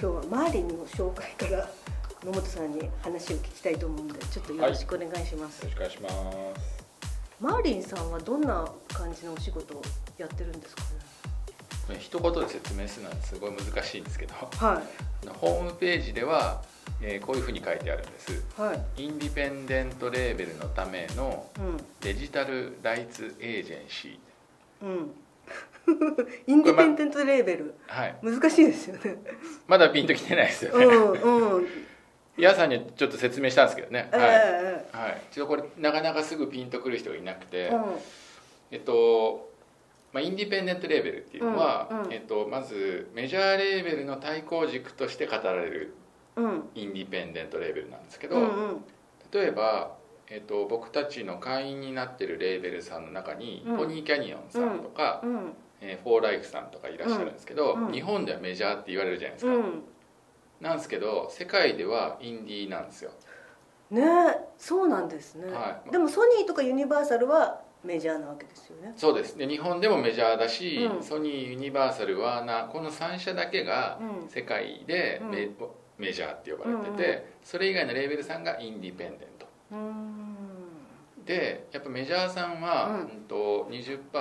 今日はマーリンの紹介から野本さんに話を聞きたいと思うんでちょっとよろしくお願いします、よろしくお願いしますマーリンさんはどんな感じのお仕事をやってるんですかねこれ一言で説明するのはすごい難しいんですけど はあのホームページでは、えーこういうふうに書いてあるんですいはいインディペンデントレーベルのためのうデジタルライツエージェンシんうんインディペンデントレーベルーはい難しいですよ ねまだピンときてないですようね、んうん皆さんにちょっと説明したんですけどね、えはいえはい、ちょっとこれなかなかすぐピンとくる人がいなくて、ええうんえっと、まあ、インディペンデントレーベルっていうのは、うんうんえっと、まずメジャーレーベルの対抗軸として語られるうんインディペンデントレーベルなんですけど、うんうん例えば、えっと、僕たちの会員になってるレーベルさんの中に、うんポニーキャニオンさんとか、うんえーフォーライフさんとかいらっしゃるんですけど、うんうん日本ではメジャーって言われるじゃないですうか、んなんですけど世界ではインディーなんですよねそうなんですね、はいでもソニーとかユニバーサルはメジャーなわけですよねそうですで日本でもメジャーだし、うんソニーユニバーサルワーナーこの3社だけがうん世界でメ,、うんメジャーって呼ばれてて、うんうんそれ以外のレーベルさんがインディペンデントうーんでやっぱメジャーさんは、ううんん、と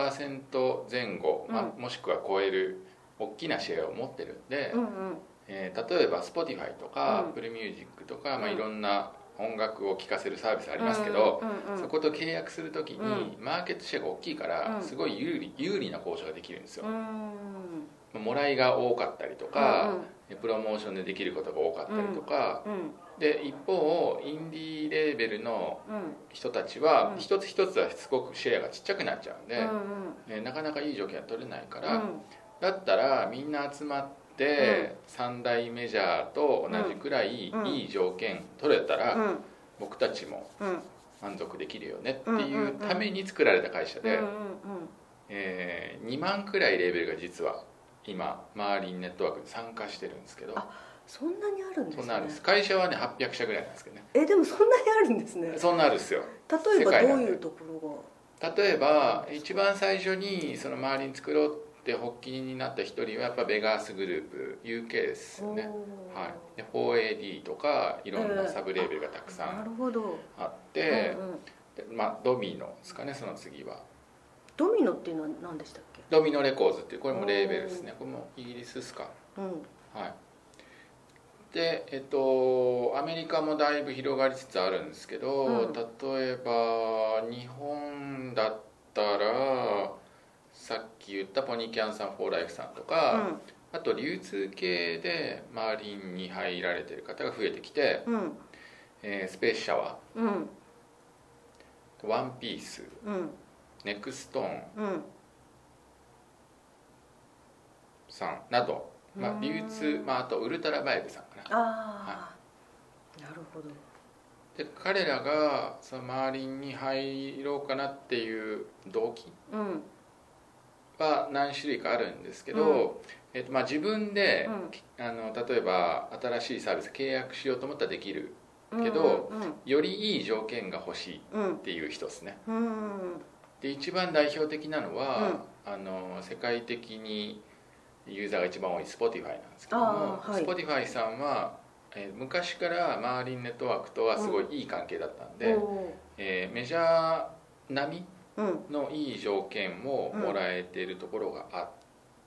20%前後、まうあ、もしくは超える大きなシェアを持ってるんで、うんうんえー例えば Spotify とかうん AppleMusic とか、まあ、うんいろんな音楽を聴かせるサービスありますけど、うんうんうんそこと契約するときに、マーケットシェアが大きいから、うんすごい有利有利な交渉ができるんですようー、んまあもらいが多かったりとか、うんプロモーションでできることが多かったりとか、うんで一方インディーレーベルのうん人たちは、うん一つ一つはすごくシェアがちっちゃくなっちゃうんで、うんねなかなかいい条件は取れないかうら、んだったらみんな集まって、三大メジャーと同じくらいうんいい条件取れたら、うん僕たちもうんうん満足できるよねっていんうんううんために作られた会社で、うんえ2万くらいレーベルが実は今マーリンネットワークに参加してるんですけどあそんなにあるんですそねんなあるんです会社はね800社ぐらいなんですけどねえでもそんなにあるんですねそんなあるんですよ例えば世界どなうんでいうところ例えば一番最初にその周りに作ろうって発起人になった一人はやっぱベガースグループ UK ですがよね、おーはい、で 4AD とかいろんなサブレーベルがたくさなんるほど、あってう、んうん、でまあ、ドミノですかねその次はドミノっていうのは何でしたっけドミノレコーズっていうこれもレーベルですねこれもイギリスですかうんはいでえっとアメリカもだいぶ広がりつつあるんですけど、うん例えば日本だったらさっき言ったポニキャンさんフォーライフさんとか、あと流通系でマーリンに入られてる方が増えてきて、うんうんえースペースシャワうんーワンピースうんネクストーンうんさんなど、まうあ、ん流通、まあ、あとウルトラバイブさんかなああ、なるほど。で彼らがその周りに入ろうかなっていう動機うんは何種類かあるんですけど、えっとまあ、自分で、あの例えば新しいサービス契約しようと思ったらできるうん。けどうんよりいい条件が欲しいっうんていう人ですねうんうんで一番代表的なのは、あの世界的にユーザーが一番多い Spotify なんですけどもあ、ーはい Spotify さんは、えー昔からマーリンネットワークとはすごいいい関係だったんで、おえーメジャー並みーうんのいい条件をもらえているところがあ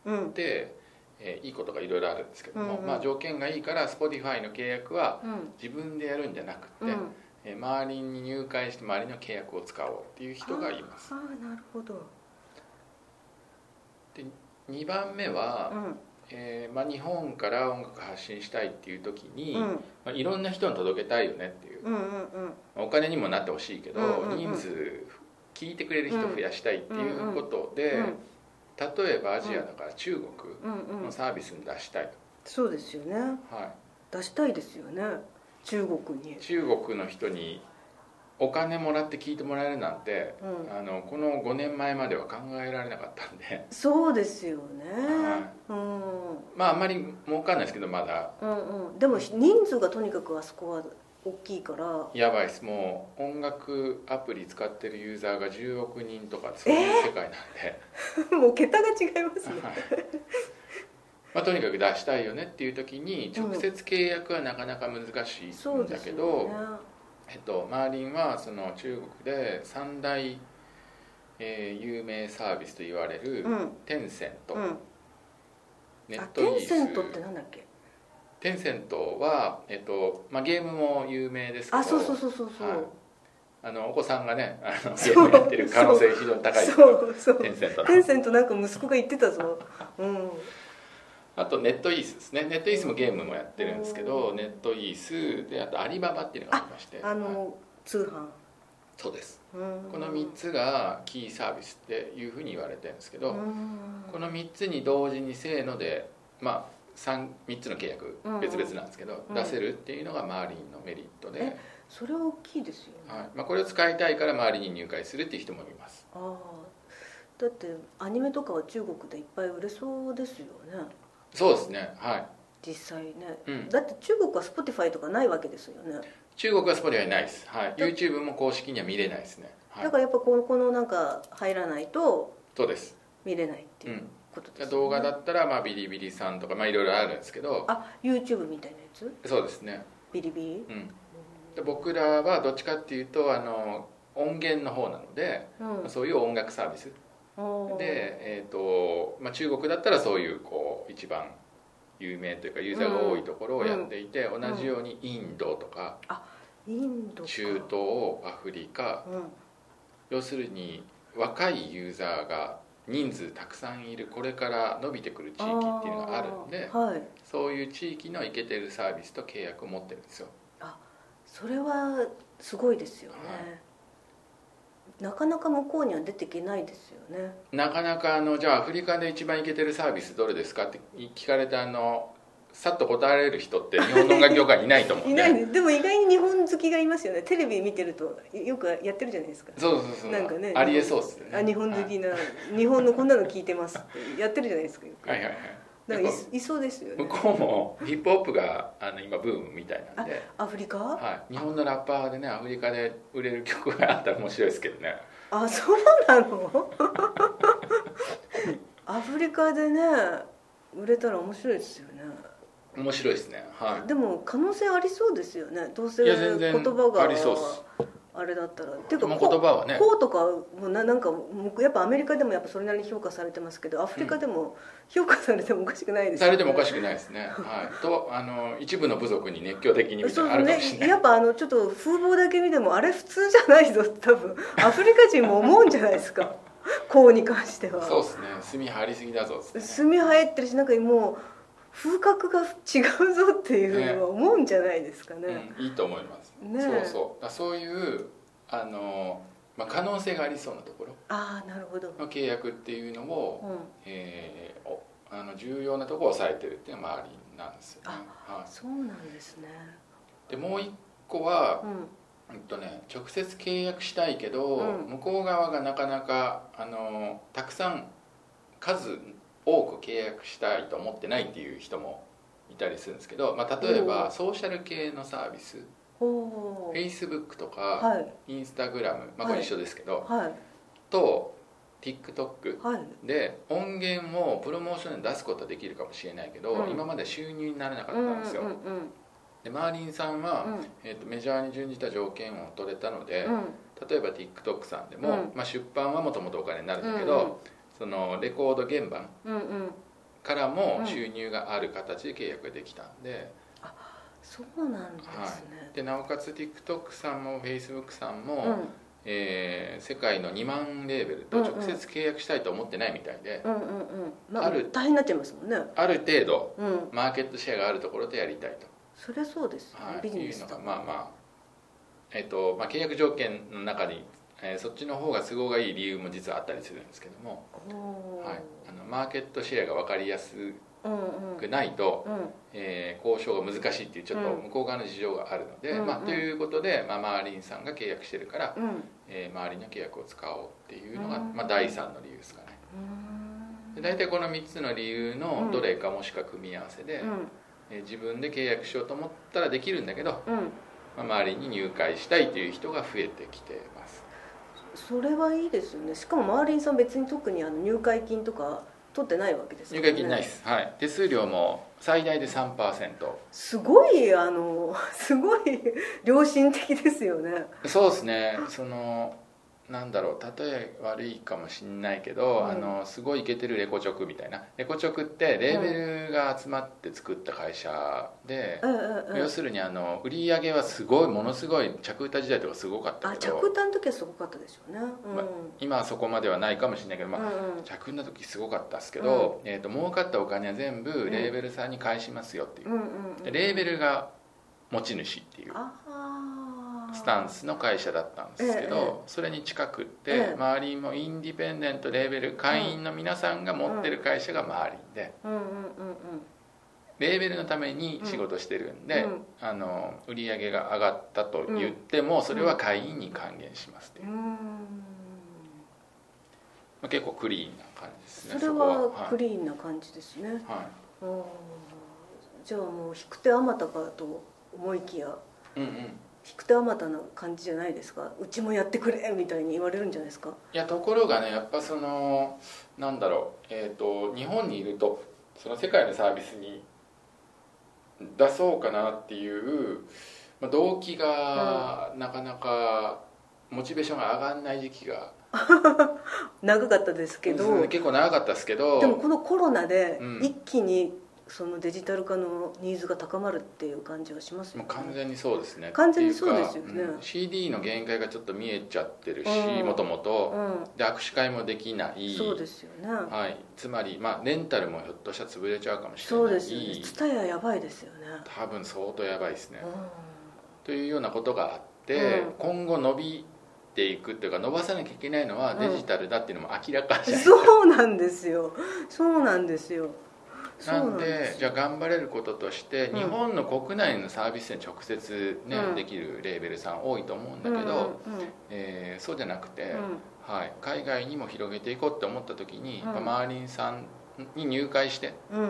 うんって、えーいいことがいろいろあるんですけども、うんうんまあ、条件がいいから Spotify の契約はうん自分でやるんじゃなくて、うん。えー周りに入会して周りの契約を使おうっていう人がいますああ、なるほど。 2番目うは、んえーまあ、日本から音楽発信したいっていう時に、うんまあ、いろんな人に届けたいよねっていう、うんうんうんお金にもなってほしいけど、うんうんうん人数聞いてくれる人増やしたいっていうことで、うん例えばアジアだから中国うんうのん。サービスに出したい、そうですよね。は出したいですよね。中国にい、。中国の人にお金もらって聞いてもらえるなんて、うんあのこの5年前までは考えられなかったんでそうですよね。はうんまああんまり儲かんないですけどまだうんうん。でも人数がとにかくあそこは大きいから。 やばいですもう音楽アプリ使ってるユーザーが10億人とかそういう世界なんで、もう桁が違いますね。はいまあ、とにかく出したいよねっていう時に直接契約はなかなか難 しいそうんでだすけよど、ねえっと、マーリンはその中国で三大、えー有名サービスと言われる、うんテンセント、うんネあットテイーンスセントってなんだっけテンセントは、えっとまあ、ゲームも有名ですけどあそうそうそうそうそう、はいあのお子さんがねあのそゲうームやってる可能性非常に高いですけそどうそうテンセントのテンセントなんか息子が言ってたぞうんあとネットイースですねネットイースもゲームもやってるんですけうどんネットイースであとアリババっていうのがありましてあはいの通販そうですうんこの3つがキーサービスっていうふうに言われてるんですけど、うんこの3つに同時にせーので、まあ、3, 3つの契約うんうん別々なんですけど、うん出せるっていうのがマーリンのメリットで、えそれは大きいですよね、はいまあ、これを使いたいからマーリンに入会するっていう人もいますああだってアニメとかは中国でいっぱい売れそうですよねそうですねはい、実際ね、うんだって中国は Spotify とかないわけですよね、中国はスポティファイないです、はい、YouTube も公式には見れないですね、はいだからやっぱこのこのなんか入らないとそうです、見れないってう、いうんことです、ね動画だったら、まあ、ビリビリさんとか、まあ、いろいろあるんですけどあ YouTube みたいなやつそうですねビリビリうんで僕らはどっちかっていうとあの音源の方なので、うんそういう音楽サービスおーで、えーとまあ、中国だったらそういうこう一番有名というかユーザーが多いところをやっていて、同じようにインドとかインドか中東アフリカうん要するに若いユーザーが人数たくさんいるこれから伸びてくる地域っていうのがあるんであーはいそういう地域のイケてるサービスと契約を持ってるんですよそれはすごいですよね、はなかなか向こうには出ていけないですよねなかなかあのじゃあアフリカで一番イケてるサービスどれですかって聞かれてあのさっと答えられる人って日本の音楽業界にいないと思う んいでないねでも意外に日本好きがいますよねテレビ見てるとよくやってるじゃないですかそうそうそうなんかねありえそうっすよねあ日本好はいきな、日本のこんなの聞いてますってやってるじゃないですかよくはいはいはいだからやいっぱいそうですよね向こうもヒップホップがあの今ブームみたいなんで、アフリカ、はい、日本のラッパーでねアフリカで売れる曲があったら面白いですけどねあそうなの アフリカでね売れたら面白いですよね面白いですねはでも可能性ありそうですよねどうせい言や全然葉がありそうっすあれだったらっていいかうこのこ言う葉はねこうとかもななんかもうやっぱアメリカでもやっぱそれなりに評価されてますけどアフリカでも評価されてもおかしくないですされてもおかししくないですね、はい、とあの一部の部族に熱狂的にみたいそうなのあるかもしれなねいやっぱあのちょっと風貌だけ見てもあれ普通じゃないぞって多 分アフリカ人も思うんじゃないですかこうに関してはそうですね炭入りすぎだぞっつって墨生えってるしなんかもう風格が違うぞっていうのは思うんじゃないですかねうん、いいと思います、ねそうそうだそういうあの、まあ、可能性がありそうなところああなるほど、の契約っていうのをうん、えーおあの重要なところを抑えてるっていうのが周りなんですよね。はそうなんですねい、でもう一個はう、んうんとね、直接契約したいけど、うん向こう側がなかなかあのたくさん数多く契約したいと思ってないっていう人もいたりするんですけど、まあ、例えおうばソーシャル系のサービスほう Facebook とか、はい instagram、まあ、これ一緒ですけど、はいと TikTok はいで音源をプロモーションで出すことはできるかもしれないけど、うん今まで収入にならなかっうたんうんうんんですよ、でマーリンさんは、うんえー、とメジャーに準じた条件を取れたので、うん例えば TikTok さんでも、うまあ、出版はもともとお金になるんうんだけうんど、そのレコード現場うんうんからうもん収入がある形で契約ができたんで,、そうなんですね、でなおかつ TikTok さんも Facebook さんも、うんえー世界の2万レーベルと直接契約したいと思ってないみたいで、うんうんうんまあある大変になっちゃいますもんねある程度うんマーケットシェアがあるところでやりたいと、そりゃそうですよね、はい、ビジネいうスのだがまあまあえっ、と、まあ、契約条件の中に、えーそっちの方が都合がいい理由も実はあったりするんですけども、ほうはい、あのマーケットシェアが分かりやすうんうんくないと、うんえー交渉が難しいっていうちょっとうん向こう側の事情があるので、うんうんまあ、ということで、まあ、マーリンさんが契約してるから、うんうえー、マーリンの契約を使おうっていうのが、うんまあ、第3の理由ですかねーんで大体この3つの理由のどれかもしくは組み合わせで、うんえー自分で契約しようと思ったらできるんだけど、うんまあ、周りに入会したいという人が増えてきてますそれはいいですよねしかもマーリンさん別に特にあの入会金とか取ってないわけです入よ会金ないです、はい、手数料も最大で3%すごいあの すごい良心的ですよねそうですねそのなんだろう例え悪いかもしんないけど、うんあのすごいイケてるレコチョクみたいなレコチョクってレーベルが集まって作った会社で、うんうんう要んするにあの売り上げはすごいものすごい着歌時代とかすごかったあけ着ど歌の時はすごかったですよねうん、ま今はそこまではないかもしれないけど、まあうんうん着の時すごかったですけど、えー、と儲かったお金は全部レーベルさんに返しますよっていうう、んうんでレーベルが持ち主っていうあースタンスの会社だったんですけど、えそれに近くって、ええ周りもインディペンデントレーベル会員の皆さんが持ってる会社が周りで、うんうんうんうんレーベルのために仕事してるんで、うんあの売り上げが上がったと言っても、それは会員に還元しますっていううーんまあ、結構クリーンな感じですねそれこはクいリーンな感じですね、はあーじゃあもう引く手あまたかと思いきやい、うんうん引く手あまたな感じじゃないですかうちもやってくれみたいに言われるんじゃないですかいやところがねやっぱそのなんだろう、えー、と日本にいるとその世界のサービスに出そうかなっていう、まあ、動機がなかなかモチベーションが上がんない時期が長かったですけど、うん結構長かったですけどでもこのコロナでうん一気にそのデジタル化のニーズが高まるっていう感じはしますよもうね完全にそうですね完全にそうですよねっていうかうん CD の限界がちょっと見えちゃってるしうんもともとうで握手会もできないん、そうですよね、はい、つまり、まあ、レンタルもひょっとしたら潰れちゃうかもしれそうないですよねツタヤやばいですよね、多分相当やばいですね、うというようなことがあって、うん今後伸びていくっていうか伸ばさなきゃいけないのはうんデジタルだっていうのも明らかん、じゃない、そうなんですよそうなんですよそうなんでですよじゃあ頑張れることとして、うん日本の国内のサービスに直接、ねうんできるレーベルさん多いと思うんだけど、うんうんうんえーそうじゃなくて、うんはい、海外にも広げていこうって思った時に、うんやっぱマーリンさんに入会してうん、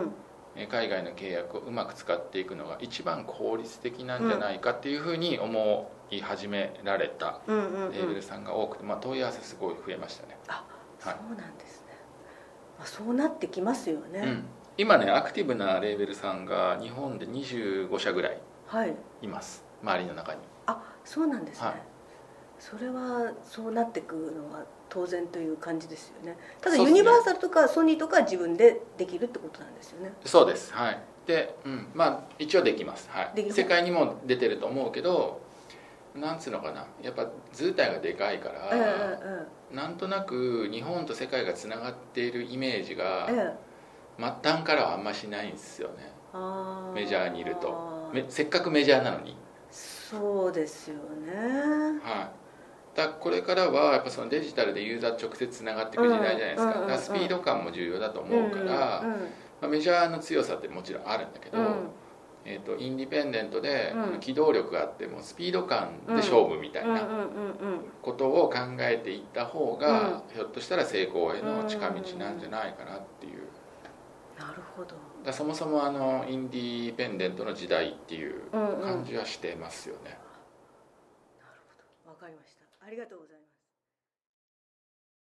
えー海外の契約をうまく使っていくのが一番効率的なんじゃないかっていうふうに思い始められたうんうんうんレーベルさんが多くて、まあ、問い合わせすごい増えましたね、はいそうなんですね、まあ、そうなってきますよね、うん、今ねアクティブなレーベルさんが日本で25社ぐらいはいいます周りの中にあそうなんですね、はいそれはそうなってくのは当然という感じですよねただそうユっすねニバーサルとかソニーとかは自分でできるってことなんですよねそうですはいで、うん、まあ一応できます、はできい、る世界にも出てると思うけどなんつうのかなやっぱ図体がでかいかええら、えなんとなく日本と世界がつながっているイメージが、えええ末端からはあんましないんですよねあメジャーにいるとめせっかくメジャーなのに、そうですよねはい、だからこれからはやっぱそのデジタルでユーザーと直接つながっていく時代じゃないですか,、うんうんうんだからスピード感も重要だと思うから、うんうんまあ、メジャーの強さってもちろんあるんだけど、うんえー、とインディペンデントで、うんあの機動力があってもスピード感で勝負みたいうんうんなうんことを考えていった方うが、んひょっとしたら成功への近道なんじゃないかなっていう。なるほどだからそもそもあのインディペンデントの時代っていううんうん感じはしてますよなね。るほどわかりましたありがとうございます